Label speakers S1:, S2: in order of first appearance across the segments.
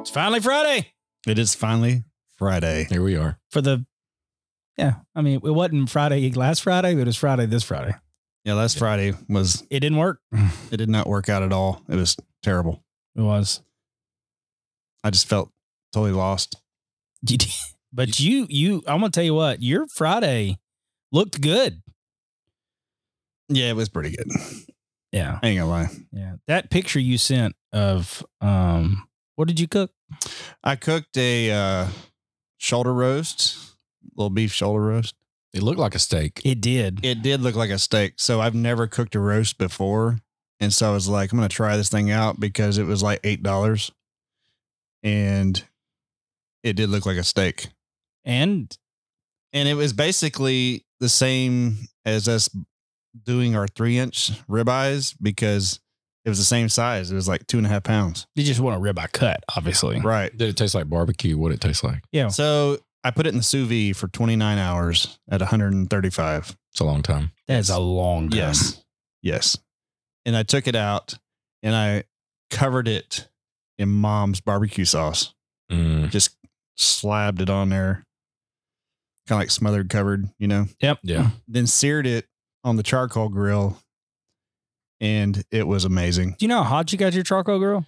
S1: It's finally Friday.
S2: It is finally Friday.
S3: Here we are.
S1: For the, yeah, I mean, it wasn't Friday last Friday, but it was Friday this Friday.
S2: Yeah, last Friday was
S1: It didn't work.
S2: it did not work out at all. It was terrible.
S1: It was.
S2: I just felt totally lost.
S1: You did- But you, you, I'm going to tell you what, your Friday looked good.
S2: Yeah, it was pretty good.
S1: Yeah.
S2: I ain't gonna lie.
S1: Yeah. That picture you sent of, um, what did you cook?
S2: I cooked a uh, shoulder roast, little beef shoulder roast.
S3: It looked like a steak.
S1: It did.
S2: It did look like a steak. So I've never cooked a roast before. And so I was like, I'm gonna try this thing out because it was like eight dollars. And it did look like a steak.
S1: And
S2: and it was basically the same as us doing our three inch ribeyes because it was the same size. It was like two and a half pounds.
S1: you just want a ribeye cut, obviously.
S2: Right.
S3: Did it taste like barbecue? What did it taste like?
S2: So I put it in the sous vide for 29 hours at 135.
S3: It's a long time.
S1: That's a long time.
S2: Yes. And I took it out and I covered it in mom's barbecue sauce,
S3: Mm,
S2: just slabbed it on there, kind of like smothered, covered, you know?
S1: Yep.
S3: yeah.
S2: then seared it on the charcoal grill and it was amazing.
S1: Do you know how hot you got your charcoal grill?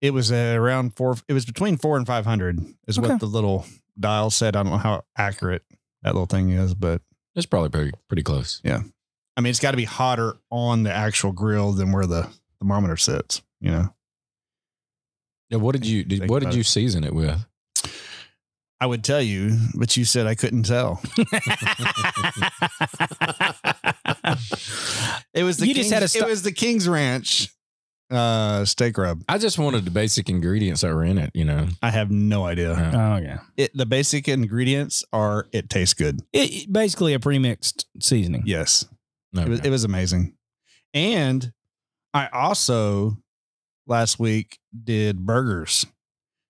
S2: It was uh, around four, it was between four and 500 is
S1: Okay.
S2: what the little dial said. I don't know how accurate that little thing is, but
S3: It's probably pretty, pretty close.
S2: I mean, it's got to be hotter on the actual grill than where the thermometer sits, you know?
S3: Yeah. What did you, did,
S2: Think
S3: what did
S2: about
S3: you
S2: it.
S3: season it with?
S2: I would tell you, but you said I couldn't tell. It was the
S1: You just
S2: King's-
S1: had a sto-
S2: it was the King's Ranch uh, steak rub.
S3: I just wanted the basic ingredients that were in it, you know?
S2: I have no idea.
S3: Uh,
S1: oh, yeah.
S2: It, the basic ingredients are it tastes good.
S1: It, it- basically a premixed seasoning.
S2: Yes.
S3: no,
S2: It was, it was amazing. And I also last week did burgers.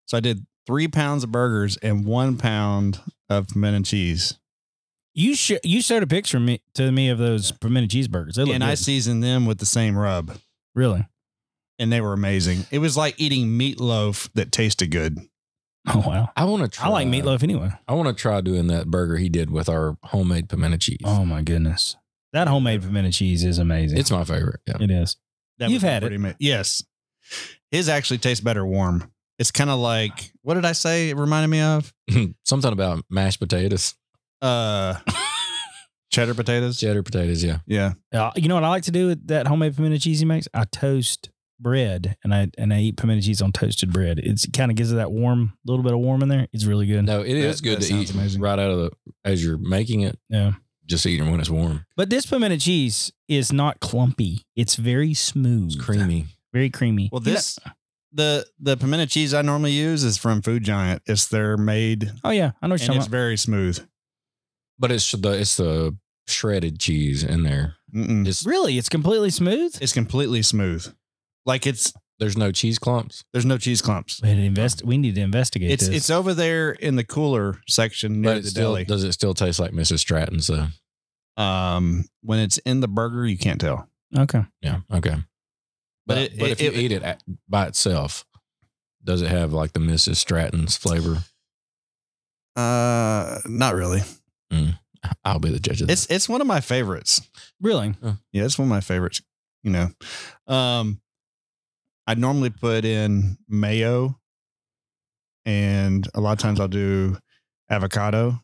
S2: So I did three pounds of burgers and one pound of pimento and cheese.
S1: You sh- you showed a picture me- to me of those fermented cheeseburgers. They look
S2: And I
S1: good.
S2: seasoned them with the same rub.
S1: really.
S2: And they were amazing. It was like eating meatloaf that tasted good.
S1: Oh wow.
S3: I want to try.
S1: I like meatloaf anyway.
S3: I want to try doing that burger he did with our homemade pimento cheese.
S1: Oh my goodness. That homemade fermented cheese is amazing.
S3: It's my favorite. Yeah.
S1: it is.
S2: That
S1: You've
S2: was
S1: had it.
S2: pretty ma- yes. His actually tastes better warm. It's kind of like what did I say it reminded me of?
S3: Something about mashed potatoes,
S2: Uh cheddar potatoes.
S3: cheddar potatoes. Yeah.
S2: Yeah.
S1: Uh, you know what I like to do with that homemade fermented cheese he makes? I toast bread and I and I eat pimento cheese on toasted bread. It's, it kind of gives it that warm, little bit of warm in there. It's really good.
S3: No, it is
S2: That-
S3: good
S2: that
S3: to eat
S2: sounds amazing.
S3: right out of the, as you're making it.
S1: Yeah.
S3: Just eating when it's warm.
S1: But this pimento cheese is not clumpy. It's very smooth,
S3: It's
S2: Mm,
S3: creamy.
S1: very creamy.
S2: Well,
S1: You know-
S2: this the the pimento cheese I normally use is from Food Giant. It's their made and
S1: oh yeah, I know what
S2: it's
S1: you're talking about.
S2: very smooth.
S3: But it's the, it's the shredded cheese in there.
S2: Mm-mm.
S3: It's,
S1: Really, it's completely smooth.
S2: It's completely smooth. Like it's
S3: there's no cheese clumps.
S2: there's no cheese clumps.
S1: We, had to invest, we need to investigate
S2: It's
S1: this.
S2: it's over there in the cooler section near
S3: But
S2: the
S3: it still,
S2: deli.
S3: does it still taste like Mrs. Stratton's though?
S2: um, when it's in the burger, you can't tell.
S1: okay.
S3: Yeah. Okay. But,
S2: But
S3: but,
S2: it-
S3: if
S2: it-
S3: you
S2: it-
S3: eat it at, by itself, does it have like the Mrs. Stratton's flavor?
S2: Uh, not really.
S3: I'll be the judge of this.
S2: It's it's one of my favorites.
S1: Really?
S2: Yeah, it's one of my favorites. You know, um, I normally put in mayo, and a lot of times I'll do avocado,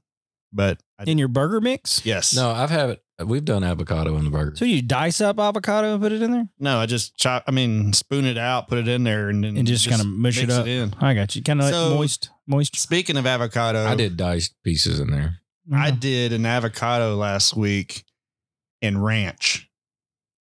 S2: but I,
S1: In your burger mix?
S2: yes,
S3: No, I've had it. We've done avocado in the burger.
S1: So you dice up avocado and put it in there?
S2: no, I just chop. I mean, spoon it out, put it in there, and then
S1: And Mm, just kinda mush it
S2: mix
S1: up.
S2: in.
S1: I got you. Kind of
S2: So-
S1: like moist, moist.
S2: Speaking of avocado,
S3: I did diced pieces in there.
S2: I
S1: Mm-hmm.
S2: did an avocado last week and ranch,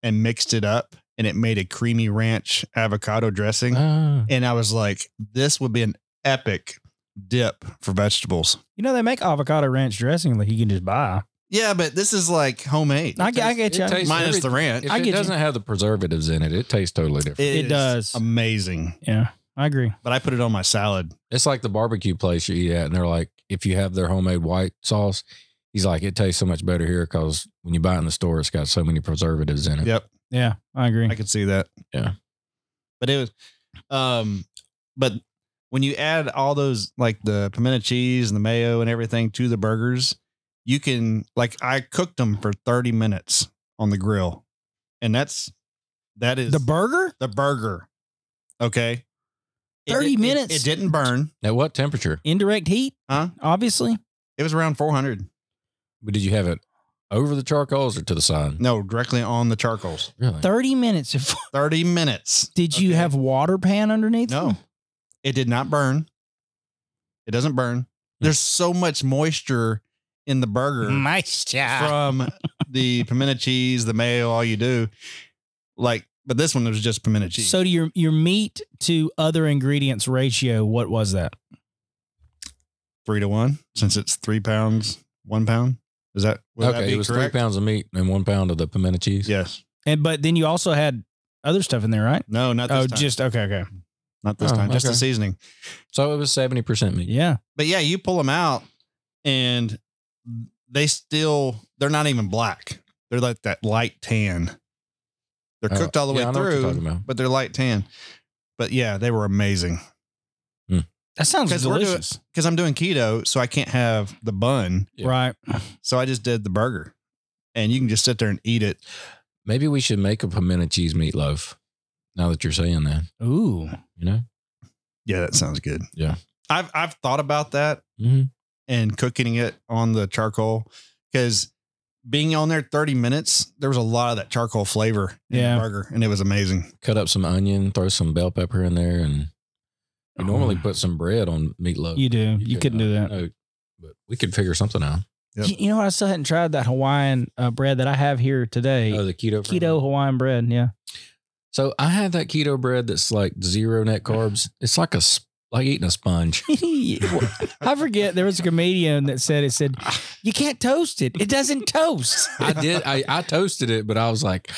S2: and mixed it up, and it made a creamy ranch avocado dressing.
S3: Ah,
S2: and I was like, this would be an epic dip for vegetables.
S1: you know, they make avocado ranch dressing that you can just buy.
S2: Yeah, but this is like homemade.
S1: I, get- I get
S3: Uh, it
S1: you.
S3: tastes-
S2: Minus
S3: every-
S2: the ranch.
S3: if
S1: I
S3: it
S1: get you.
S3: doesn't have the preservatives in it, it tastes totally different.
S1: it
S2: is
S1: does.
S2: Amazing.
S1: yeah, I agree.
S2: But I put it on my salad.
S3: It's like the barbecue place you eat at, and they're like, if you have their homemade white sauce, he's like, it tastes so much better here because when you buy it in the store, it's got so many preservatives in it.
S2: Yep.
S1: Yeah, I agree.
S2: I could see that.
S3: Yeah.
S2: But it was um but when you add all those like the pimento cheese and the mayo and everything to the burgers, you can like I cooked them for 30 minutes on the grill. And that's that is
S1: The burger?
S2: the burger. Okay. It
S1: 30
S2: did- it-
S1: minutes?
S2: It, didn't burn.
S3: At what temperature?
S1: Indirect heat?
S2: Huh?
S1: Obviously.
S2: It was around 400.
S3: But did you have it over the charcoals or to the side?
S2: No, directly on the charcoals.
S3: Really?
S1: 30 minutes. of-
S2: 30 minutes.
S1: Did you
S2: Okay.
S1: have water pan underneath?
S2: No,
S1: them?
S2: it did not burn. It doesn't
S3: Hmm.
S2: burn. There's so much moisture in the burger
S1: Moisture.
S2: from the pimento cheese, the mayo, all you do. Like, but this one was just pimento cheese.
S1: So to your your meat to other ingredients ratio, what was that?
S2: three to one, since it's three pounds, one pound. Is that would that
S3: okay,
S2: be
S3: it was
S2: correct?
S3: three pounds of meat and one pound of the pimento cheese.
S2: Yes.
S1: And but then you also had other stuff in there, right?
S2: No, not this
S1: Oh,
S2: time.
S1: just okay, okay.
S2: not this
S3: Oh,
S2: time. Just the
S3: okay.
S2: seasoning.
S3: So it was seventy percent meat.
S1: Yeah.
S2: But yeah, you pull them out, and they still they're not even black. They're like that light tan. They're
S3: Oh,
S2: cooked all the
S3: yeah, I
S2: way
S3: know what you're
S2: through.
S3: talking about.
S2: but they're light tan. But yeah, they were amazing
S1: That sounds
S2: 'Cause we're doing-
S1: delicious.
S2: because I'm doing keto, so I can't have the bun.
S3: Yeah.
S1: Right.
S2: So I just did the burger, and you can just sit there and eat it.
S3: Maybe we should make a pimento cheese meatloaf. Now that you're saying that,
S1: Ooh.
S3: you know.
S2: Yeah, that sounds good.
S3: Yeah.
S2: I've I've thought about that
S3: Mm-hmm.
S2: and cooking it on the charcoal because being on there 30 minutes, there was a lot of that charcoal flavor in
S1: Yeah.
S2: the burger, and it was amazing.
S3: Cut up some onion, throw some bell pepper in there, and you normally
S1: Oh.
S3: put some bread on meatloaf.
S1: You do. You,
S3: could
S1: couldn't
S3: not.
S1: do that.
S3: No, but we could figure something out.
S2: Yep.
S1: You, you know what? I still hadn't tried that Hawaiian uh, bread that I have here today.
S3: Oh, the keto bread.
S1: Keto Hawaiian bread. Yeah.
S3: So I had that keto bread that's like zero net carbs. It's like a sp- like eating a sponge.
S1: I forget. There was a comedian that said it said you can't toast it. It doesn't toast.
S3: I did. I, I toasted it, but I was like,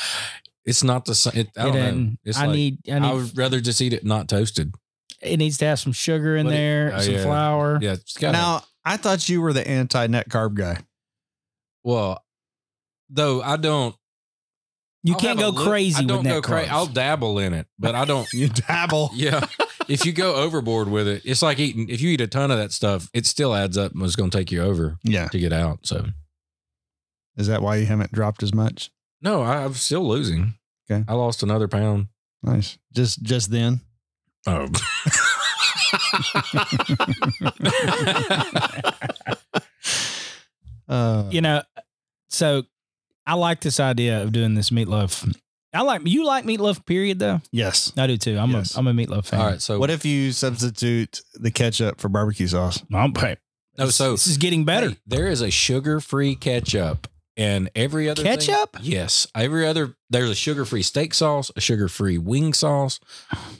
S3: it's not the same. It, I don't
S1: It
S3: know.
S1: doesn't.
S3: It's
S1: I
S3: like,
S1: need. I
S3: I,
S1: need.
S3: would rather just eat it not toasted.
S1: it needs to have some sugar in
S3: But it-
S1: there,
S3: oh,
S1: some
S3: yeah.
S1: flour.
S3: Yeah. It's got
S2: now I thought you were the anti net carb guy.
S3: well, though I don't.
S1: You
S3: I'll
S1: can't go
S3: have a look- I
S1: crazy
S3: don't
S1: with
S3: go
S1: net
S3: cra-
S1: carbs.
S3: I'll dabble in it, but I don't.
S2: You dabble.
S3: yeah. If you go overboard with it, it's like eating. If you eat a ton of that stuff, it still adds up and it's going to take you over
S2: Yeah.
S3: to get out. So
S2: Is that why you haven't dropped as much?
S3: no, I, I'm still losing.
S2: Okay.
S3: I lost another pound.
S2: Nice. Just just then.
S3: Oh.
S2: Uh,
S1: you know, so I like this idea of doing this meatloaf. I like you like meatloaf. Period though.
S2: Yes.
S1: I do too. I'm
S2: Yes.
S1: a I'm a meatloaf fan.
S3: All right. So
S2: What if you substitute the ketchup for barbecue sauce?
S1: I'm okay.
S3: No, so-
S1: this is getting better.
S3: Hey, there is a sugar-free ketchup, and every other thing-
S1: Ketchup?
S3: yes, every other there's a sugar-free steak sauce, a sugar-free wing sauce,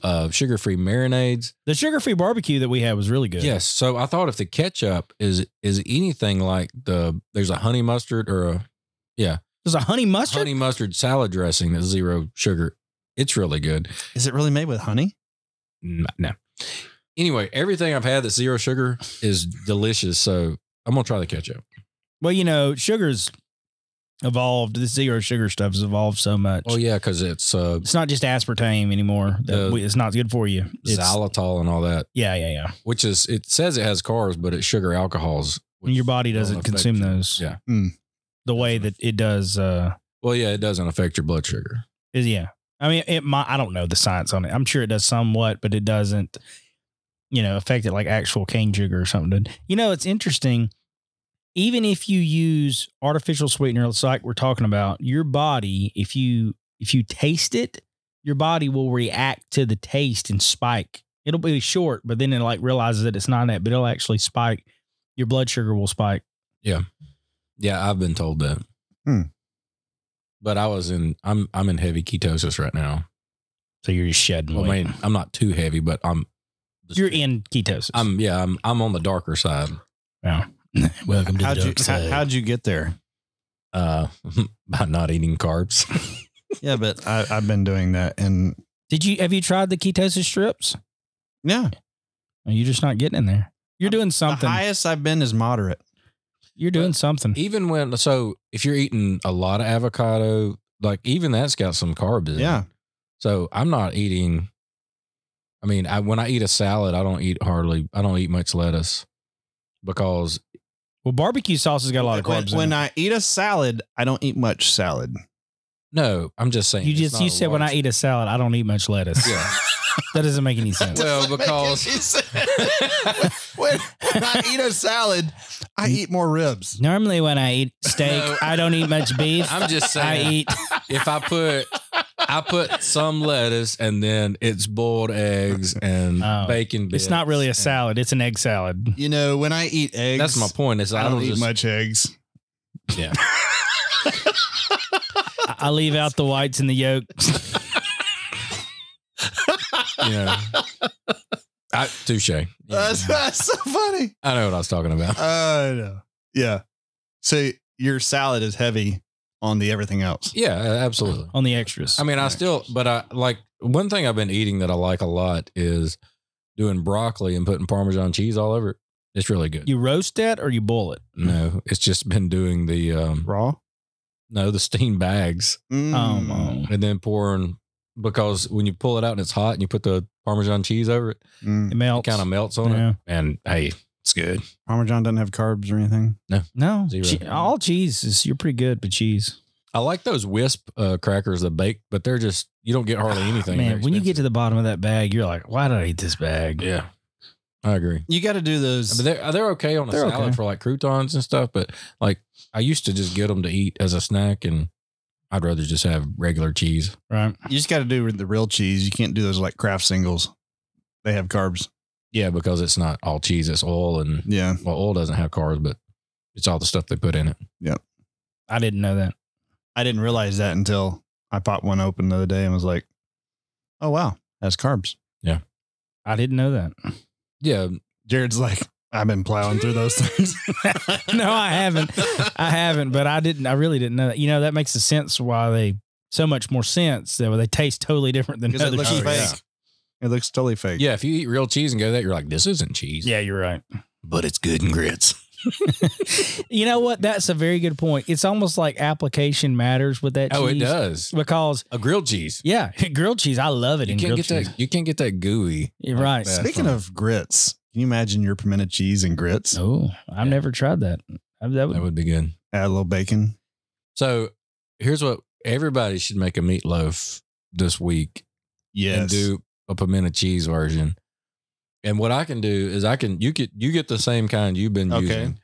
S3: uh, sugar-free marinades.
S1: The sugar free barbecue that we had was really good.
S3: Yes. So I thought if the ketchup is is anything like the there's a honey mustard or a
S1: there's a honey mustard.
S3: honey mustard salad dressing that's zero sugar, it's really good.
S2: Is it really made with honey?
S3: N- No. Anyway, everything I've had that's zero sugar is delicious. So I'm gonna try the ketchup.
S1: Well, you know, sugar's evolved. The zero sugar stuff has evolved so much.
S3: Oh yeah, because it's uh,
S1: It's not just aspartame anymore. That
S3: The-
S1: we, it's not good for you. It's,
S3: xylitol and all that.
S1: yeah, yeah, yeah.
S3: which is it says it has carbs, but it's sugar alcohols.
S1: And
S3: which
S1: your body
S3: don't
S1: doesn't
S3: affect
S1: consume
S3: your-
S1: those
S3: Yeah.
S1: the way that it does. Uh,
S3: Well, yeah, it doesn't affect your blood sugar.
S1: is, yeah. I mean, it might, I don't know the science on it. I'm sure it does somewhat, but it doesn't, you know, affect it like actual cane sugar or something. did. You know, it's interesting. Even if you use artificial sweetener, it's like we're talking about, your body, if you if you taste it, your body will react to the taste and spike. It'll be short, but then it like realizes that it's not that, but it'll actually spike. Your blood sugar will spike.
S3: Yeah, I've been told that.
S2: Hmm.
S3: But I was in I'm I'm in heavy ketosis right now.
S1: So you're just shedding
S3: Well,
S1: weight.
S3: I mean, I'm not too heavy, but I'm
S1: You're in ketosis.
S3: I'm yeah, I'm I'm on the darker side.
S1: Welcome
S2: How'd you, how, how'd you get there?
S3: Uh by not eating carbs.
S2: Yeah, but I, I've been doing that, and
S1: Did you have you tried the ketosis strips?
S2: yeah,
S1: Or You're just not getting in there. You're doing something.
S2: the highest I've been is moderate.
S1: You're doing something.
S3: even when so if you're eating a lot of avocado, like even that's got some carbs in it.
S2: Yeah,
S3: So I'm not eating. I mean, I, when I eat a salad, I don't eat hardly, I don't eat much lettuce because
S1: Well, barbecue sauce has got a lot of
S2: when,
S1: carbs.
S2: when
S1: in it.
S2: I eat a salad, I don't eat much salad.
S3: no, I'm just saying.
S1: you
S3: it's
S1: just
S3: not
S1: you
S3: a
S1: said when I
S3: large-
S1: eat a salad, I don't eat much lettuce.
S3: Yeah.
S1: that doesn't make any sense.
S3: Well,
S2: Doesn't make
S3: because-
S2: any sense. when, when I eat a salad, I eat more ribs.
S1: Normally, when I eat steak,
S3: No.
S1: I don't eat much beef.
S3: I'm just
S1: I
S3: saying.
S1: eat
S3: if I put I put some lettuce and then it's boiled eggs and
S1: Oh.
S3: bacon. Bits
S1: It's not really a
S3: and-
S1: salad. It's an egg salad.
S2: You know, when I eat eggs,
S3: That's my point. Is I,
S2: I don't eat
S3: just,
S2: much eggs.
S3: Yeah.
S1: I I leave out the whites and the yolk.
S3: Yeah. I, touche. Yeah.
S2: That's, that's so funny.
S3: I know what I was talking about.
S2: Oh, no. Yeah. So your salad is heavy on the everything else.
S3: Yeah, absolutely.
S1: on the extras.
S3: I mean, I still, but I like one thing I've been eating that I like a lot is doing broccoli and putting Parmesan cheese all over it. It's really good.
S1: you roast it or you boil it.
S3: no, it's just been doing the um,
S2: Raw?
S3: no the steam bags.
S1: Um,
S2: Mm.
S1: um,
S3: and then pouring because when you pull it out and it's hot and you put the parmesan cheese over it,
S2: Mm.
S1: it melts.
S3: it kind of melts on
S1: Yeah.
S3: it. And hey, it's good.
S2: Parmesan doesn't have carbs or anything.
S1: no.
S3: Zero.
S1: Che- all cheese is you're pretty good, but cheese.
S3: I like those wisp uh, crackers that bake, but they're just you don't get hardly anything.
S1: Ah, Man, when you get to the bottom of that bag, you're like, why did I eat this bag?
S3: yeah, I agree.
S2: You got to do those.
S3: But they're they're okay on a
S1: They're
S3: salad
S1: okay.
S3: for like croutons and stuff. But like I used to just get them to eat as a snack, and I'd rather just have regular cheese.
S1: Right.
S2: you just got to do the real cheese. You can't do those like craft singles. They have carbs.
S3: Yeah, because it's not all cheese; it's oil, and
S2: Yeah.
S3: well, oil doesn't have carbs, but it's all the stuff they put in it.
S1: I didn't know that.
S2: I didn't realize that until I popped one open the other day and was like, oh, wow, that's carbs.
S1: I didn't know that.
S3: Yeah, um,
S2: Jared's like, I've been plowing through those things.
S1: No, I haven't. I haven't, but I didn't. I really didn't know that. You know, that makes a sense why they so much more sense that they taste totally different than
S2: Because it
S1: other
S2: looks
S1: cheese.
S2: fake. It looks totally fake.
S3: Yeah, if you eat real cheese and go that, you're like, this isn't cheese.
S1: Yeah, you're right.
S3: but it's good and grits.
S1: You know what? That's a very good point. It's almost like application matters with that.
S3: Oh, it
S1: cheese
S3: does.
S1: because
S3: A grilled cheese.
S1: Yeah, grilled cheese. I love it
S3: You
S1: in
S3: can't
S1: grilled
S3: get
S1: cheese.
S3: that. You can't get that gooey.
S1: You're right.
S3: that.
S2: Speaking of grits, can you imagine your pimento cheese and grits?
S1: No, I've
S3: Yeah.
S1: never tried that. I, that would,
S3: That would be good.
S2: Add a little bacon.
S3: So here's what everybody should make a meatloaf this week and do a pimento cheese version. And what I can do is I can you get you get the same kind you've been
S2: Okay.
S3: using.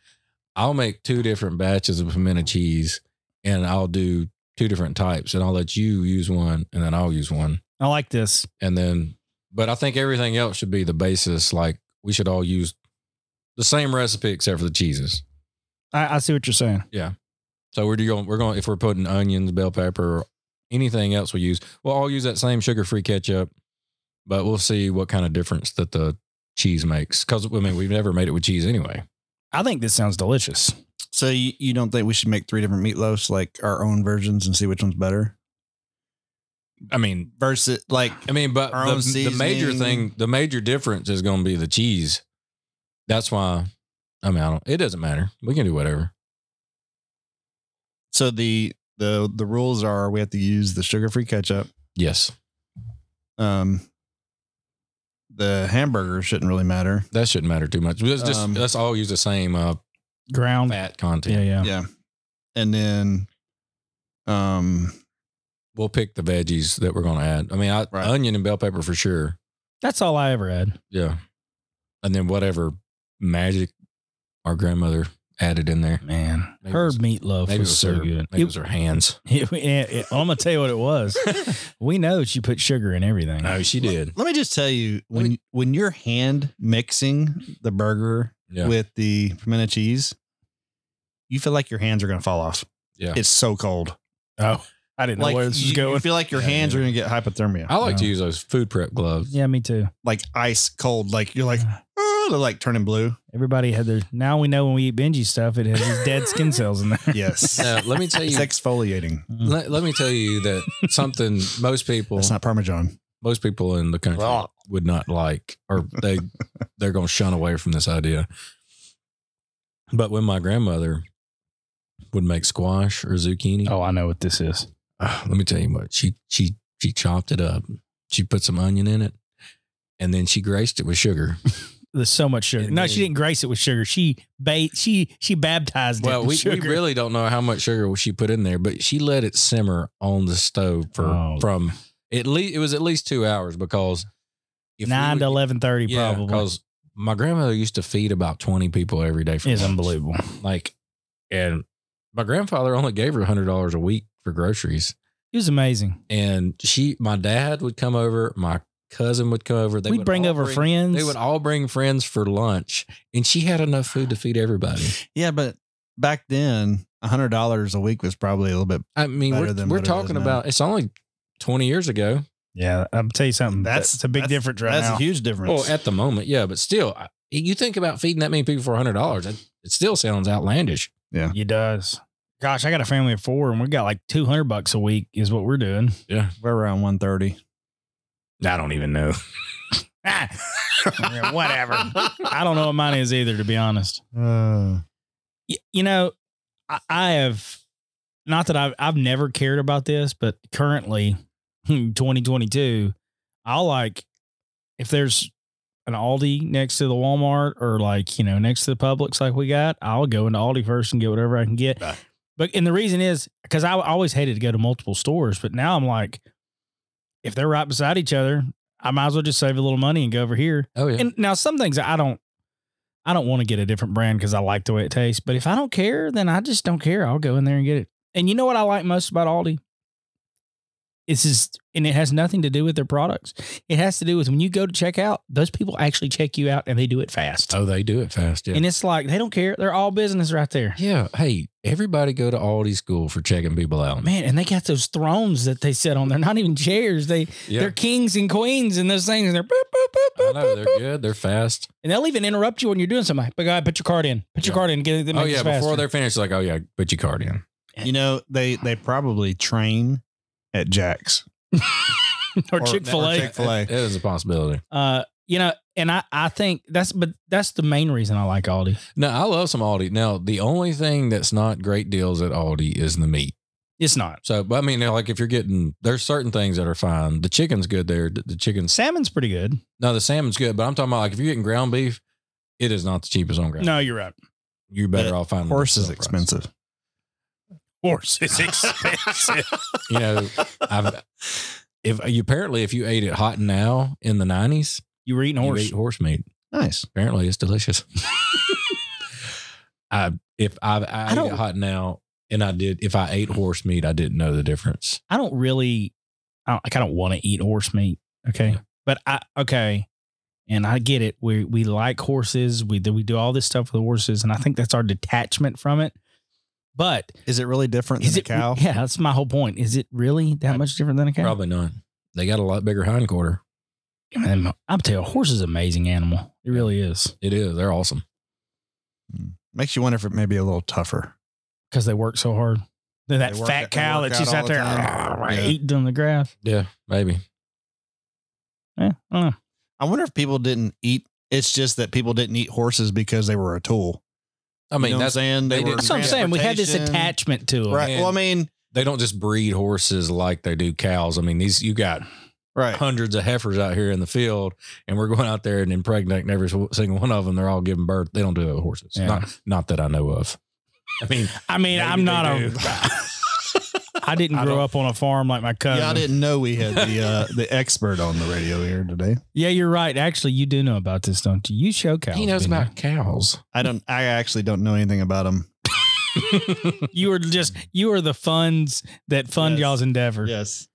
S3: I'll make two different batches of pimento cheese, and I'll do two different types, and I'll let you use one, and then I'll use one.
S1: I like this.
S3: and then but i think everything else should be the basis like we should all use the same recipe except for the cheeses
S1: I, I see what you're saying.
S3: so we're going we're going if we're putting onions bell pepper or anything else we use we'll all use that same sugar-free ketchup but we'll see what kind of difference that the cheese makes because i mean we've never made it with cheese anyway
S1: I think this sounds delicious.
S2: So you, you don't think we should make three different meatloafs, like our own versions, and see which one's better?
S3: i mean
S2: Versus, like,
S3: i mean but
S2: Our
S3: the,
S2: own
S3: the major
S2: seasoning.
S3: thing the major difference is going to be the cheese that's why i mean i don't it doesn't matter we can do whatever
S2: so the the the rules are we have to use the sugar free ketchup.
S3: yes
S2: Um, the hamburger shouldn't really matter.
S3: That shouldn't matter too much. Let's just
S2: Um,
S3: let's all use the same uh,
S1: Ground.
S3: fat
S1: Yeah,
S3: content.
S1: yeah.
S2: Yeah, and then, um,
S3: We'll pick the veggies that we're going to add. I mean, I,
S2: Right.
S3: onion and bell pepper for sure.
S1: That's all I ever had.
S3: Yeah, and then whatever magic our grandmother added in there.
S1: Man,
S3: Maybe
S1: her
S3: it's-
S1: meatloaf
S3: Maybe it
S1: was
S3: was
S1: so
S3: her,
S1: good.
S3: Maybe it was
S1: It-
S3: her hands.
S1: it- it- it- I'm gonna tell you what it was. we know she put sugar in everything.
S3: No, she did.
S2: let me just tell you when when you're hand mixing the burger
S3: Yeah,
S2: with the pimento cheese, you feel like your hands are gonna fall off.
S3: yeah.
S2: It's so cold.
S1: Oh, I didn't
S2: Like
S1: know where this
S2: you,
S1: was
S2: you
S1: going.
S2: feel like your
S3: Yeah,
S2: hands
S3: yeah.
S2: are gonna get hypothermia,
S3: I like to
S1: No.
S3: use those food prep gloves.
S1: Yeah, me too.
S2: like ice cold. Like you're like oh, they're like turning blue.
S1: Everybody had their. Now we know when we eat Benji stuff, it has these dead skin cells in there.
S2: Yes,
S3: Now, let me tell
S2: it's
S3: you.
S2: exfoliating.
S3: Let, let me tell you that something most people
S2: That's not parmesan.
S3: most people in the country
S2: Blah.
S3: would not like, or they they're going to shun away from this idea. But when my grandmother would make squash or zucchini,
S1: Oh, I know what this is.
S3: ah, let me tell you what she she she chopped it up. She put some onion in it, and then she graced it with sugar.
S1: There's so much sugar.
S3: And
S1: No,
S3: then-
S1: she didn't grace it with sugar. She ba- she she baptized it.
S3: Well,
S1: with
S3: we, we
S1: sugar.
S3: really don't know how much sugar she put in there, but she let it simmer on the stove for
S1: Oh.
S3: from at least it was at least two hours because if we
S1: nine
S3: would-
S1: to eleven thirty probably
S3: because my grandmother used to feed about twenty people every day. For
S1: is
S3: lunch.
S1: unbelievable.
S3: Like, and my grandfather only gave her hundred dollars a week for groceries,
S1: It was amazing.
S3: and she, my dad would come over, my cousin would come over. They
S1: We'd
S3: would
S1: bring
S3: all
S1: over friends.
S3: They would all bring friends for lunch, and she had enough food to feed everybody.
S2: Yeah, but back then, hundred dollars a week was probably a little bit.
S3: I mean,
S2: Better
S3: we're,
S2: than
S3: we're
S2: what it is
S3: talking
S2: now.
S3: about it's only 20 years ago.
S1: yeah, I'll tell you something.
S2: That's
S1: Um, That's it's a big
S2: that's-
S1: difference right
S2: that's
S1: now.
S2: a huge difference.
S3: Well, Oh, at the moment, yeah, but still, I- you think about feeding that many people for $100, it, it still sounds outlandish.
S1: It does. Gosh, I got a family of four, and we got like two hundred bucks a week is what we're doing.
S2: We're around one thirty.
S3: I don't even know.
S1: Ah, yeah, whatever. I don't know what mine is either, to be honest.
S2: Uh,
S1: Y- you know, I, I have not that I've I've never cared about this, but currently, 2022, I like if there's an Aldi next to the Walmart or like you know next to the Publix, like we got, I'll go into Aldi first and get whatever I can get.
S3: Right.
S1: But and the reason is because I always hated to go to multiple stores, but now I'm like, if they're right beside each other, I might as well just save a little money and go over here.
S3: Oh, yeah.
S1: And now some things I don't I don't want to get a different brand because I like the way it tastes. But if I don't care, then I just don't care. I'll go in there and get it. And you know what I like most about Aldi? It's just and it has nothing to do with their products. It has to do with when you go to check out, those people actually check you out and they do it fast.
S3: oh, they do it fast. Yeah.
S1: And it's like they don't care. They're all business right there.
S3: yeah. Hey, everybody go to Aldi school for checking people out.
S1: Man, and they got those thrones that they sit on. They're not even chairs. They
S3: yeah.
S1: they're kings and queens and those things. And they're boop, boop,
S3: I
S1: boop, boop,
S3: know
S1: boop,
S3: they're
S1: boop.
S3: good. They're fast.
S1: And they'll even interrupt you when you're doing something. But God, put your card in. Put your
S3: Yeah.
S1: card in. Get it.
S3: Oh, yeah. Before
S1: they're
S3: they're finished, like, oh, yeah, put your card in.
S2: you know, they they probably train at
S1: Mm,
S2: Jack's
S1: or Chick Fil
S2: or
S1: A.
S2: Chick-fil-A.
S3: It is a possibility.
S1: Uh, you know, and I I think that's but that's the main reason I like Aldi.
S3: No, I love some Aldi. Now, the only thing that's not great deals at Aldi is the meat.
S1: It's not
S3: So, but I mean, like if you're getting, there's certain things that are fine. The chicken's good there. The, the chicken's
S1: salmon's pretty good.
S3: no, the salmon's good. But I'm talking about like if you're getting ground beef, it is not the cheapest on ground.
S1: No, you're right.
S3: you're better
S2: But
S3: off finding
S2: Horse
S3: the
S2: is
S3: sale price.
S2: expensive.
S1: Horse is expensive.
S3: You know, I've, if you apparently if you ate it hot now in the 90s,
S1: you were eating
S3: you
S1: horse.
S3: ate horse meat.
S2: Nice.
S3: Apparently, it's delicious. I if I I,
S1: I
S3: ate
S1: don't-
S3: it hot now. And I did. If I ate horse meat, I didn't know the difference.
S1: I don't really, I don't, like, I don't want to eat horse meat. Okay,
S3: Yeah.
S1: but I okay, and I get it. We we like horses. We do we do all this stuff with horses, and I think that's our detachment from it. But
S2: Is it really different
S1: is
S2: than
S1: it?
S2: a cow?
S1: Yeah, that's my whole point. Is it really that much different than a cow?
S3: Probably not. They got a lot bigger hindquarter.
S1: Man, I'm telling you, a horse is an amazing animal. It really is
S3: It is. They're awesome.
S2: Makes you wonder if it may be a little tougher.
S1: because they work so hard. They're that
S2: They work-
S1: fat
S2: they
S1: cow
S2: work
S1: that's
S2: out
S1: just
S2: all
S1: out
S2: the
S1: there
S2: time. Yeah.
S1: eating on the grass.
S3: Yeah, maybe.
S1: Yeah, I don't know.
S2: I wonder if people didn't eat. It's just that people didn't eat horses because they were a tool.
S3: I
S2: You
S3: mean,
S2: know what I'm
S3: that's
S2: saying
S3: they
S2: they
S3: didn't-
S2: were
S1: That's what I'm saying. We had this
S2: transportation.
S1: attachment to it.
S2: Right. Well, I mean,
S3: they don't just breed horses like they do cows. I mean, these you got
S2: right.
S3: hundreds of heifers out here in the field, and we're going out there and impregnating every single one of them. They're all giving birth. They don't do it with horses.
S1: Yeah.
S3: Not, not that I know of. I mean,
S1: I mean,
S3: Maybe
S1: I'm not
S3: they
S1: a.
S3: do.
S1: I didn't
S3: I
S1: grow
S3: don't-
S1: up on a farm like my cousin.
S2: Yeah, I didn't know we had the uh, the expert on the radio here today.
S1: Yeah, you're right. Actually, you do know about this, don't you? You show cows.
S3: he knows
S1: didn't
S3: about cows.
S2: I don't. I actually don't know anything about them.
S1: you? You were just you were the funds that fund
S2: Yes.
S1: y'all's endeavor.
S2: Yes,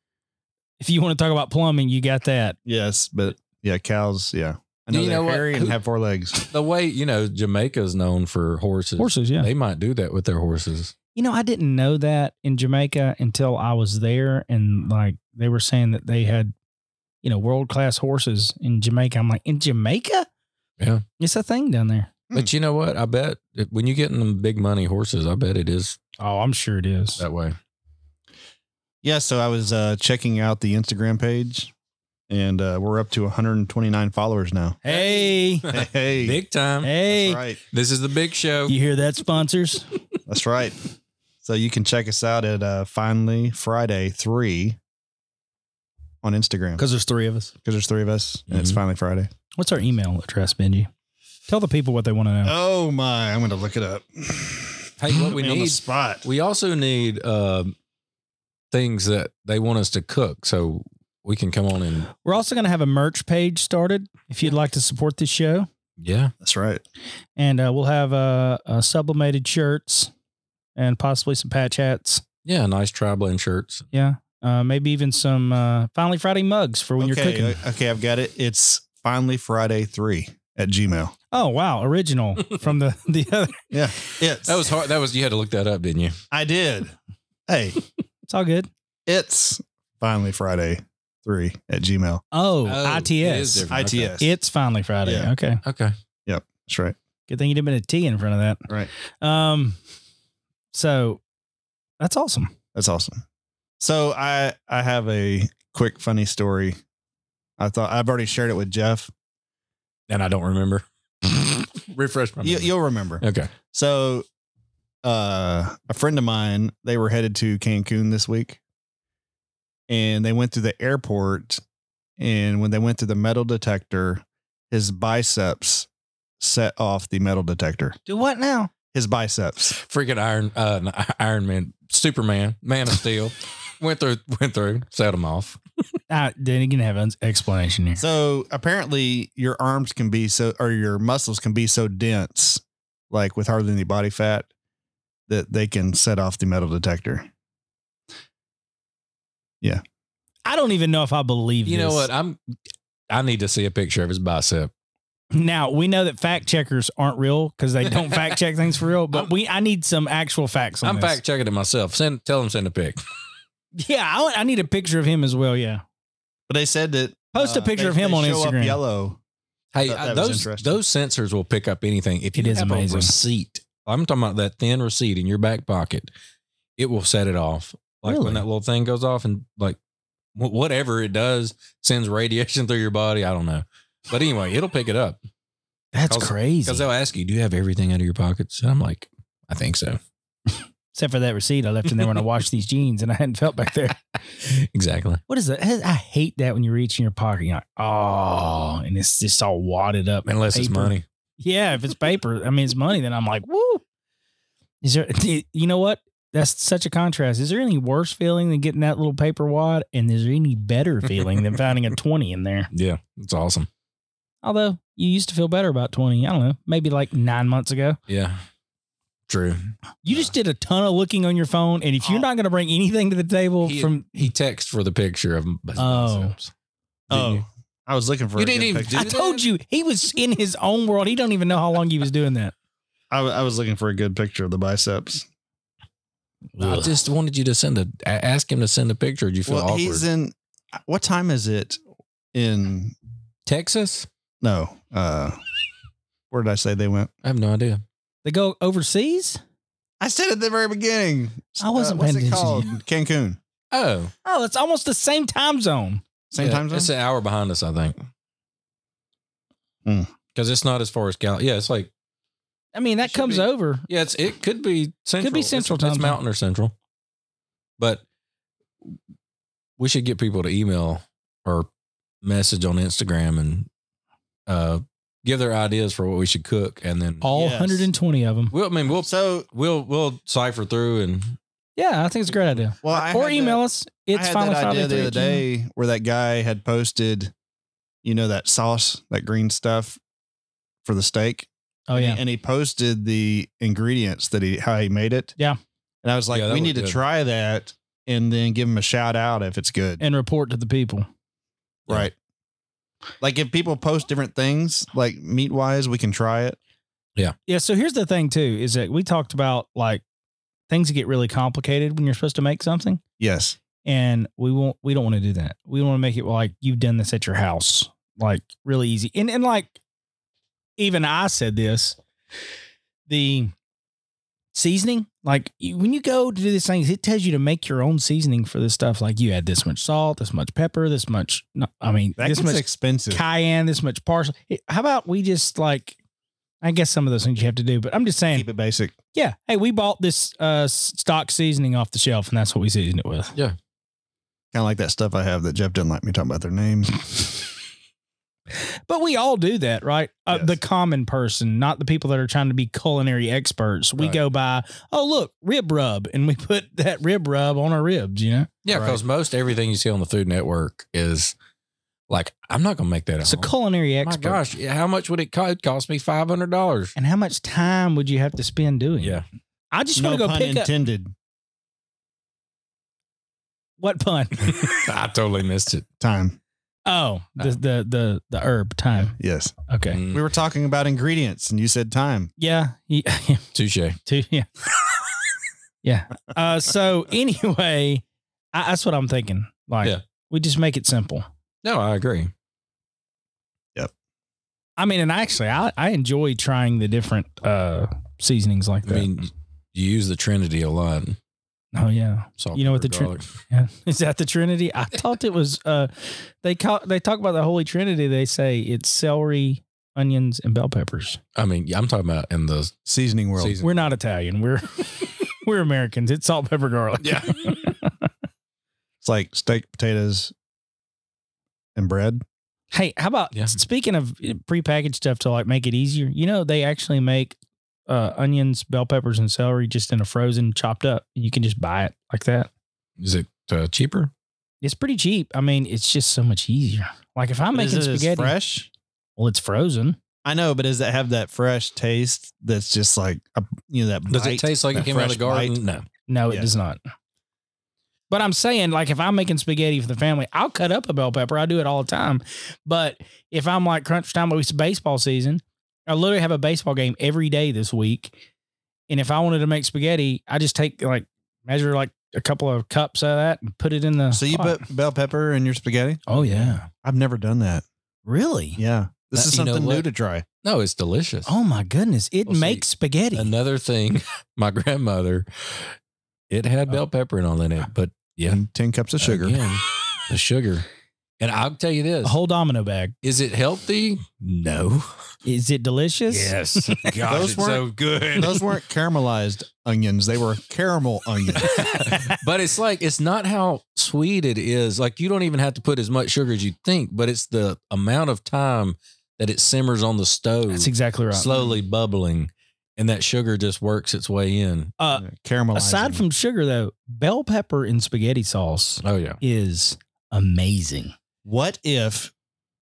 S1: If you want to talk about plumbing, you got that.
S2: yes, but yeah, cows. Yeah, I know
S3: You
S2: they're
S3: know what?
S2: hairy and
S3: Who-
S2: have four legs.
S3: the way you know Jamaica's known for horses.
S1: Horses, yeah.
S3: They might do that with their horses.
S1: You know, I didn't know that in Jamaica until I was there, and like they were saying that they had, you know, world class horses in Jamaica. I'm like, in Jamaica?
S3: Yeah.
S1: it's a thing down there.
S3: But you know what? I bet that when you get in them big money horses, I bet it is
S1: Oh, I'm sure it is.
S3: that way.
S2: Yeah, so I was uh, checking out the Instagram page, and uh, we're up to 129 followers now.
S1: Hey,
S2: Hey,
S3: Big time.
S1: hey,
S2: that's right.
S3: This is the big show.
S1: you hear that, sponsors?
S2: That's right. So you can check us out at uh, Finally Friday Three on Instagram
S1: because
S2: because
S1: there's three of us.
S2: there's three of us and it's
S3: Mhm.
S2: finally Friday.
S1: What's our email address, Benji? Tell the people what they want to know.
S2: Oh my! I'm gonna look it up.
S3: Hey, what
S2: Put
S3: we
S2: me on the
S3: need-
S2: spot.
S3: We also need uh, things that they want us to cook, so we can come on and
S1: We're also going to have a merch page started if you'd like to support this show,
S3: yeah,
S2: That's right.
S1: and uh, we'll have uh, uh, sublimated shirts and possibly some patch hats.
S3: yeah, nice tri-blend shirts.
S1: Yeah, uh, maybe even some uh, finally Friday mugs for when you're
S2: okay,
S1: cooking.
S2: uh, okay, I've got it. It's finally Friday three at Gmail.
S1: Oh wow, original from the the other.
S2: Yeah, it's
S3: That was hard. That was you had to look that up, didn't you?
S2: I did. Hey,
S1: It's all good.
S2: it's finally Friday three at Gmail.
S1: Oh,
S3: Oh,
S1: ITS.
S3: it is different.
S2: ITS.
S3: Okay.
S1: It's finally Friday.
S2: Yeah.
S1: Okay.
S3: Okay,
S2: That's right.
S1: Good thing you didn't put a T in front of
S2: Right.
S1: that. Um, so that's awesome.
S2: That's awesome. So I I have a quick funny story. I thought I've already shared it with Jeff.
S3: and I don't remember. Refresh my
S2: You,
S3: memory.
S2: you'll remember.
S3: Okay,
S2: So, uh, a friend of mine, they were headed to Cancun this week, and they went through the airport. And when they went through the metal detector, his biceps set off the metal detector.
S1: Do what now?
S2: His biceps.
S3: freaking Iron uh, not Iron Man, Superman, Man of Steel went through went through, set them off.
S1: Uh, then you can have an explanation here.
S2: So apparently, your arms can be so, or your muscles can be so dense, like with hardly any body fat, that they can set off the metal detector.
S1: I don't even know if I believe
S3: You know
S1: this.
S3: what? I'm I need to see a picture of his bicep.
S1: Now we know that fact checkers aren't real because they don't fact check things for real. But
S3: I'm-
S1: we, I need some actual facts. On
S3: I'm
S1: this.
S3: fact checking it myself. Send tell him send a pic.
S1: Yeah, I, want- I need a picture of him as well. Yeah,
S2: But they said that
S1: Post a picture
S2: Uh, they-
S1: of him
S2: they
S1: on
S2: show up
S1: Instagram.
S2: yellow
S3: Hey,
S2: That-
S3: uh,
S2: that was
S3: those
S2: interesting.
S3: those sensors will pick up anything. If you
S1: It is
S3: have
S1: amazing.
S3: a receipt, I'm talking about that thin receipt in your back pocket, it will set it off. Like
S1: Really?
S3: when that little thing goes off and like wh- whatever it does sends radiation through your body. I don't know, but anyway, it'll pick it up
S1: that's
S3: 'Cause-
S1: crazy.
S3: because they'll ask you, "Do you have everything out of your pockets?" And I'm like, "I think so."
S1: Except for that receipt I left in there when I washed these jeans, and I hadn't felt back there.
S3: exactly.
S1: What is that? I hate that when you reach in your pocket, you're like, oh, and it's just all wadded up.
S3: Unless it's
S1: Paper.
S3: money.
S1: Yeah, if it's paper, I mean, it's money. Then I'm like, woo. Is there? You know what? That's such a contrast. Is there any worse feeling than getting that little paper wad? And is there any better feeling than finding a twenty in there?
S3: Yeah, it's awesome.
S1: Although you used to feel better about 20, I don't know, maybe like nine months ago.
S3: Yeah, true.
S1: You just did a ton of looking on your phone. And if you're
S2: Oh.
S1: not going to bring anything to the table
S3: He-
S1: from,
S3: He texted for the picture of his
S1: Oh.
S3: biceps.
S2: Oh,
S3: Didn't you?
S2: I was looking for.
S3: You
S2: a
S3: didn't
S2: good
S3: even
S2: picture.
S1: I told you he was in his own world. He don't even know how long he was doing that.
S2: I, wa- I was looking for a good picture of the biceps.
S3: I just wanted you to send a a- ask him to send a picture. Did you feel
S2: well,
S3: awkward?
S2: he's in. What time is it? In
S3: Texas?
S2: no. Uh, where did I say they went?
S3: I have no idea.
S1: They go overseas?
S2: I said at the very beginning. Uh,
S1: I wasn't
S2: what's
S1: paying
S2: it
S1: attention to
S2: called? Cancun.
S3: Oh,
S1: Oh, it's almost the same time zone.
S2: Same
S3: yeah,
S2: time zone.
S3: It's an hour behind us, I think.
S2: Hmm.
S3: Because it's not as far as Cal. Yeah, it's like
S1: I mean, that
S3: It should
S1: comes
S3: be.
S1: over.
S3: yeah, it's it could be central. It's-
S1: Central
S3: It's,
S1: Time Zone.
S3: mountain or central. But we should get people to email or message on Instagram and uh give their ideas for what we should cook, and then
S1: All
S2: Yes.
S1: 120 of them.
S3: we'll I mean we'll
S2: so
S3: we'll we'll cipher through and
S1: Yeah, I think it's a great idea.
S2: well, I
S1: or
S2: had
S1: email
S2: that-
S1: us. It's
S2: I had
S1: finally
S2: that
S1: Friday
S2: idea the other day where that guy had posted, you know, that sauce, that green stuff for the steak.
S1: Oh, yeah.
S2: and he posted the ingredients that he how he made it.
S1: Yeah.
S2: and I was like,
S3: Yeah, that
S2: we
S3: looked
S2: need to
S3: good.
S2: try that and then give him a shout out if it's good.
S1: And report to the people.
S2: right. Like if people post different things, like meat wise, we can try it.
S1: Yeah. So here's the thing, too, is that we talked about like things get really complicated when you're supposed to make something.
S2: Yes.
S1: and we won't we don't want to do that we want to make it like you've done this at your house like really easy and and like even i said this the seasoning like you- when you go to do these things it tells you to make your own seasoning for this stuff like you add this much salt this much pepper this much no, i mean
S2: That
S1: this
S2: gets
S1: much
S2: expensive.
S1: cayenne this much parsley It- how about we just like i guess some of those things you have to do but i'm just saying
S2: Keep it basic.
S1: yeah hey we bought this uh s- stock seasoning off the shelf and that's what we seasoned it with
S2: Kind of like that stuff I have that Jeff didn't like me talking about their names.
S1: But we all do that, right? Uh,
S2: Yes.
S1: The common person, not the people that are trying to be culinary experts. We
S3: Right.
S1: go by, oh, look, rib rub. And we put that rib rub on our ribs, you know?
S3: Yeah, because most everything you see on the Food Network is like, I'm not gonna make that. at
S1: It's a
S3: home.
S1: culinary
S3: My
S1: expert.
S3: gosh, yeah, how much would it cost? Cost me five hundred dollars.
S1: And how much time would you have to spend doing it?
S3: Yeah,
S1: I just
S2: no
S1: want to go
S2: pun
S1: pick up.
S2: intended.
S1: What pun?
S3: I totally missed it.
S2: Time.
S1: oh, the,
S3: No.
S1: the, the, the herb time.
S2: Yes.
S1: Okay.
S3: Mm,
S2: We were talking about ingredients and you said time.
S1: Yeah. Yeah.
S3: Touche.
S1: Two, yeah. yeah. Uh, so anyway, I, that's what I'm thinking. Like,
S3: Yeah.
S1: we just make it simple.
S3: No, I agree.
S1: I mean, and actually, I, I enjoy trying the different uh, seasonings like
S3: I
S1: that.
S3: mean, you use the Trinity a lot.
S1: oh yeah,
S3: Salt,
S1: You know what
S3: pepper,
S1: the Trin-
S3: garlic.
S1: yeah. Is that the Trinity? I thought it was. Uh, they call, they talk about the Holy Trinity. They say it's celery, onions, and bell peppers.
S3: I mean, yeah, I'm talking about in the
S2: Seasoning world.
S3: season.
S1: We're not Italian. We're we're Americans. It's salt, pepper, garlic.
S3: Yeah.
S2: It's like steak, potatoes, and bread.
S1: Hey, how about
S3: Yeah.
S1: speaking of eh, prepackaged stuff to like make it easier? You know, they actually make uh, onions, bell peppers, and celery just in a frozen, chopped up. You can just buy it like that.
S3: Is it uh, cheaper?
S1: It's pretty cheap. I mean, it's just so much easier. Like if I'm
S2: Is
S1: making
S2: it as
S1: spaghetti,
S2: fresh.
S1: well, it's frozen.
S2: I know, but does it have that fresh taste that's just like, a, you know, that
S3: Does it
S2: bite,
S3: taste like it
S2: that
S3: came out of
S2: fresh
S3: the garden?
S2: bite?
S3: No.
S1: No, it
S2: Yeah.
S1: does not. But I'm saying, like, if I'm making spaghetti for the family, I'll cut up a bell pepper. I do it all the time. But if I'm like crunch time, it's baseball season. I literally have a baseball game every day this week. And if I wanted to make spaghetti, I just take like measure like a couple of cups of that and put it in the.
S2: So you
S1: pot.
S2: put bell pepper in your spaghetti?
S1: Oh yeah,
S2: I've never done that.
S1: really?
S2: Yeah. This
S3: That-
S2: is
S3: you know
S2: something new
S3: what?
S2: to try.
S3: No, it's delicious.
S1: Oh my goodness, it
S3: Well, see,
S1: makes spaghetti.
S3: Another thing, my grandmother, it
S1: Oh.
S3: had bell pepper and all in it, but yeah,
S2: And 10 cups of sugar.
S3: again, the sugar. And I'll tell you
S1: a
S3: this:
S1: whole domino bag.
S3: is it healthy? No.
S1: Is it delicious?
S3: Yes. Gosh,
S2: Those
S3: it's so good.
S2: Those weren't caramelized onions. They were caramel onions.
S3: but it's like it's not how sweet it is. Like you don't even have to put as much sugar as you think, but it's the amount of time that it simmers on the stove,
S1: That's exactly right.
S3: slowly bubbling, and that sugar just works its way in.
S1: Uh,
S2: caramelized.
S1: Aside from sugar, though, bell pepper in spaghetti sauce
S3: Oh yeah,
S1: is amazing.
S2: what if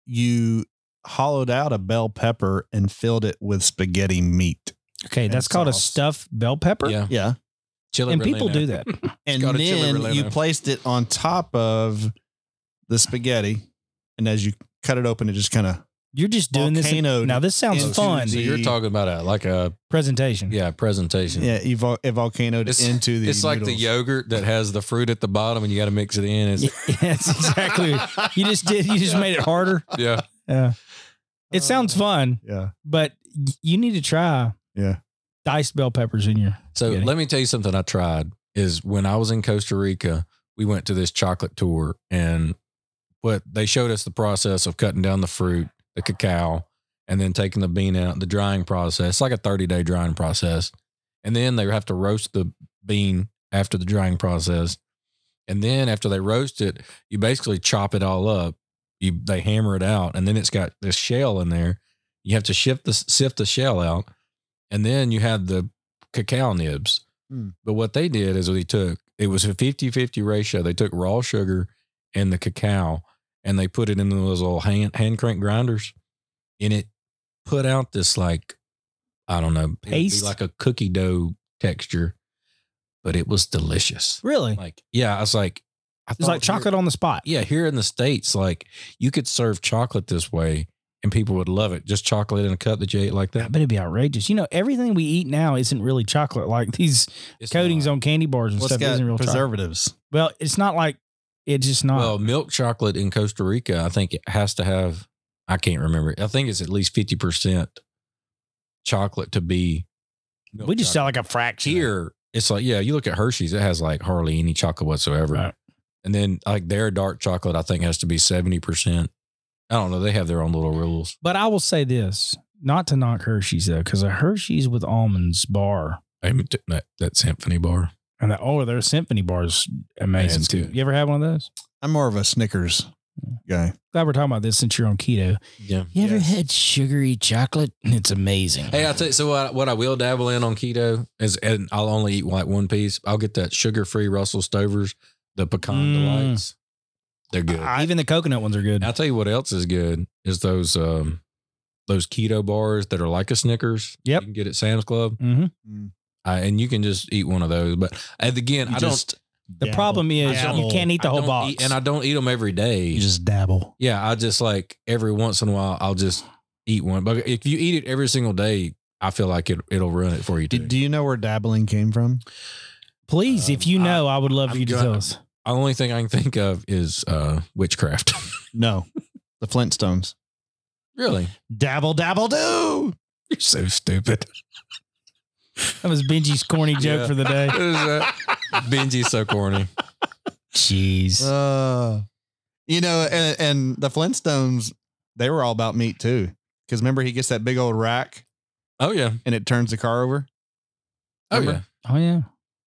S2: you hollowed out a bell pepper and filled it with spaghetti meat?
S1: Okay,
S2: And
S1: that's called a
S2: sauce.
S1: stuffed bell pepper.
S3: yeah.
S2: Yeah.
S3: Chili
S1: and people do that.
S2: And
S3: got a chili
S2: then
S3: relleno.
S2: you placed it on top of the spaghetti. And as you cut it open, it just kind of
S1: You're just doing this. in-
S2: Volcanoed
S1: now this sounds
S2: into
S1: fun.
S3: Oh, So you're talking about a like a
S1: Presentation.
S3: yeah presentation.
S2: yeah, it vol- it volcanoed
S3: It's-
S2: into the.
S3: It's like the
S2: noodles.
S3: yogurt that has the fruit at the bottom, and you got to mix it in. It's,
S1: Yeah, that's exactly. You just did. You just made it harder.
S3: yeah.
S1: Yeah. It
S3: Uh.
S1: sounds fun,
S2: Yeah,
S1: but y- you need to try.
S2: Yeah.
S1: Diced bell peppers in your.
S3: So
S1: spaghetti.
S3: let me tell you something I tried is when I was in Costa Rica, we went to this chocolate tour and what they showed us the process of cutting down the fruit, the cacao, and then taking the bean out, the drying process, It's like a 30 day drying process. And then they have to roast the bean after the drying process. And then after they roast it, you basically chop it all up. You they hammer it out, and then it's got this shell in there. You have to shift the sift the shell out, and then you have the cacao nibs.
S2: Hmm.
S3: But what they did is they took it was a 50-50 ratio. They took raw sugar and the cacao and they put it in those little hand hand crank grinders and it put out this like I don't know, it would be
S1: Paste?
S3: like a cookie dough texture, but it was delicious.
S1: Really,
S3: Like yeah, I was like I
S1: it's like
S3: thought here-
S1: chocolate on the spot.
S3: yeah, here in the states, like you could serve chocolate this way and people would love it. Just chocolate in a cup that you ate like
S1: I
S3: that.
S1: bet it'd be outrageous. You know, everything we eat now isn't really chocolate. Like these
S3: It's
S1: coatings
S3: not.
S1: on candy bars and
S2: what's
S1: stuff
S2: got
S1: isn't real chocolate.
S2: preservatives?
S1: Well, it's not like it's just not.
S3: Well, milk chocolate in Costa Rica, I think it has to have. I can't remember. I think it's at least fifty percent chocolate to be. milk
S1: we just
S3: chocolate.
S1: sell like a fraction. of it.
S3: here. It's like yeah, you look at Hershey's, it has like hardly any chocolate whatsoever.
S1: Right.
S3: And then like their dark chocolate, I think has to be seventy percent. I don't know. They have their own little rules.
S1: But I will say this, not to knock Hershey's though, because a Hershey's with almonds bar
S3: that, that symphony bar.
S1: and that oh, their symphony bar is amazing
S3: it's
S1: too.
S3: good.
S1: You ever had one of those?
S2: I'm more of a Snickers guy.
S1: Glad we're talking about this since you're on keto.
S3: Yeah.
S1: You ever
S2: Yes.
S1: had sugary chocolate? It's amazing.
S3: Hey, I tell you, so what, what I will dabble in on keto is, and I'll only eat like one piece. I'll get that sugar free Russell Stovers, the pecan
S1: Mm.
S3: delights. They're good. I,
S1: Even the coconut ones are good.
S3: will tell you what else is good is those um those keto bars that are like a Snickers.
S1: Yep.
S3: You can get at Sam's Club,
S1: hmm
S3: I, and you can just eat one of those. But and again,
S2: You
S3: I
S2: just
S3: don't.
S1: The problem is
S3: I
S1: you
S3: don't-
S1: can't eat the
S3: I
S1: whole
S3: don't
S1: box.
S3: eat- and I don't eat them every day.
S2: You just dabble.
S3: Yeah, I just like every once in a while I'll just eat one. But if you eat it every single day, I feel like it it'll ruin it for you
S2: Do,
S3: too.
S2: do you know where dabbling came from?
S1: Please, if
S3: Um,
S1: you
S3: I-
S1: know, I, would love for
S3: I'm
S1: you to
S3: gonna-
S1: tell us.
S3: The only thing I can think of is uh, witchcraft.
S2: No, the Flintstones.
S3: really?
S2: Dabble, dabble, do.
S3: You're so stupid.
S1: That was Benji's corny joke
S3: Yeah.
S1: for the day.
S3: It was, uh, Benji's so corny.
S1: Jeez.
S2: Uh, you know, and, and the Flintstones, they were all about meat too. Because remember, he gets that big old rack
S3: Oh yeah.
S2: and it turns the car over.
S3: Oh yeah.
S2: Remember?
S1: oh yeah.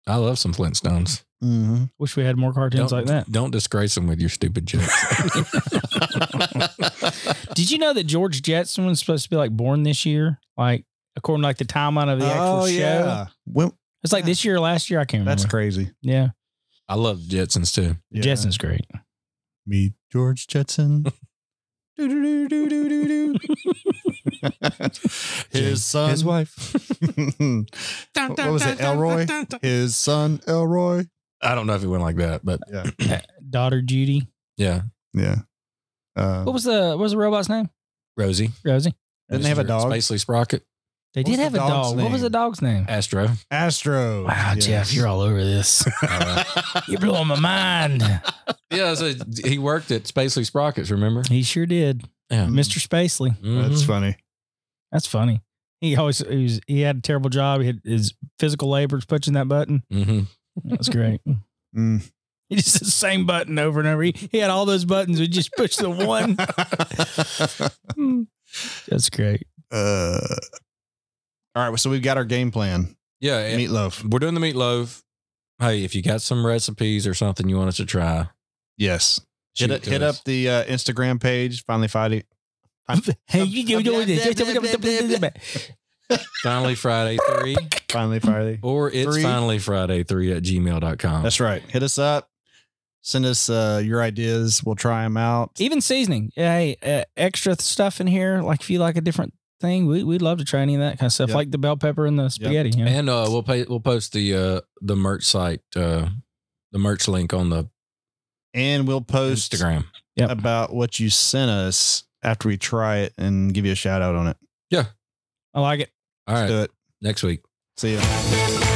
S3: I love some Flintstones.
S2: Mm-hmm.
S1: Wish we had more cartoons
S3: Don't,
S1: like that.
S3: don't disgrace them with your stupid jokes.
S1: Did you know that George Jetson was supposed to be like born this year? Like according to like the timeline
S2: Oh,
S1: of the actual show.
S2: Well,
S1: It's like this year or last year, I can't remember.
S2: that's crazy.
S1: yeah.
S3: I love Jetsons too.
S2: Yeah.
S1: Jetson's great.
S2: Meet George Jetson. do, do, do, do, do, do. His son.
S3: His
S2: wife. what was it, Elroy? His son, Elroy.
S3: I don't know if it went like that, but
S1: Daughter Judy.
S3: yeah.
S2: Yeah. Uh,
S1: What was the what was the robot's name?
S3: Rosie.
S1: Rosie.
S2: Didn't they have a dog?
S3: Spacely Sprocket.
S1: They
S2: What
S1: did
S2: was
S1: have a
S2: the dog's
S1: dog. What was
S2: name? Oh,
S1: the dog's name?
S3: Astro.
S2: Astro.
S1: Wow, Jeff, you're all over this. You're blowing my mind.
S3: yeah, so he worked at Spacely Sprockets, remember?
S1: He sure did.
S3: Yeah.
S2: Hmm.
S1: Mr. Spacely.
S2: That's
S3: Mhm.
S2: funny.
S1: That's funny. He always he, was, he had a terrible job. He had his physical labor's punching that button.
S3: Mhm.
S1: That's great.
S2: Mm.
S1: He just the same button over and over. He, he had all those buttons. We just pushed the one. That's great.
S2: uh, all right. So we've got our game plan.
S3: Yeah, and
S2: Meatloaf.
S3: we're doing the meatloaf. Hey, if you got some recipes or something you want us to try,
S2: Yes. Hit,
S3: shoot
S2: it,
S3: to
S2: hit up
S3: us.
S2: the uh, Instagram page. Finally, fighting.
S1: Hey, you do doing this.
S3: Finally Friday 3
S2: Finally, Friday.
S3: or it's
S2: Three.
S3: finally Friday 3 at gmail.com.
S2: That's right. Hit us up. Send us uh, your ideas. We'll try them out.
S1: Even seasoning. Hey, uh, extra stuff in here. Like if you like a different thing, we, we'd love to try any of that kind of stuff,
S2: Yep.
S1: like the bell pepper and the spaghetti. you know?
S3: And uh, we'll pay, we'll post the uh, the merch site, uh, the merch link on the
S2: And we'll post
S3: Instagram.
S2: about what you sent us after we try it and give you a shout out on it.
S1: I like it.
S3: All
S2: Let's
S3: right,
S2: do it.
S3: next week.
S2: See ya.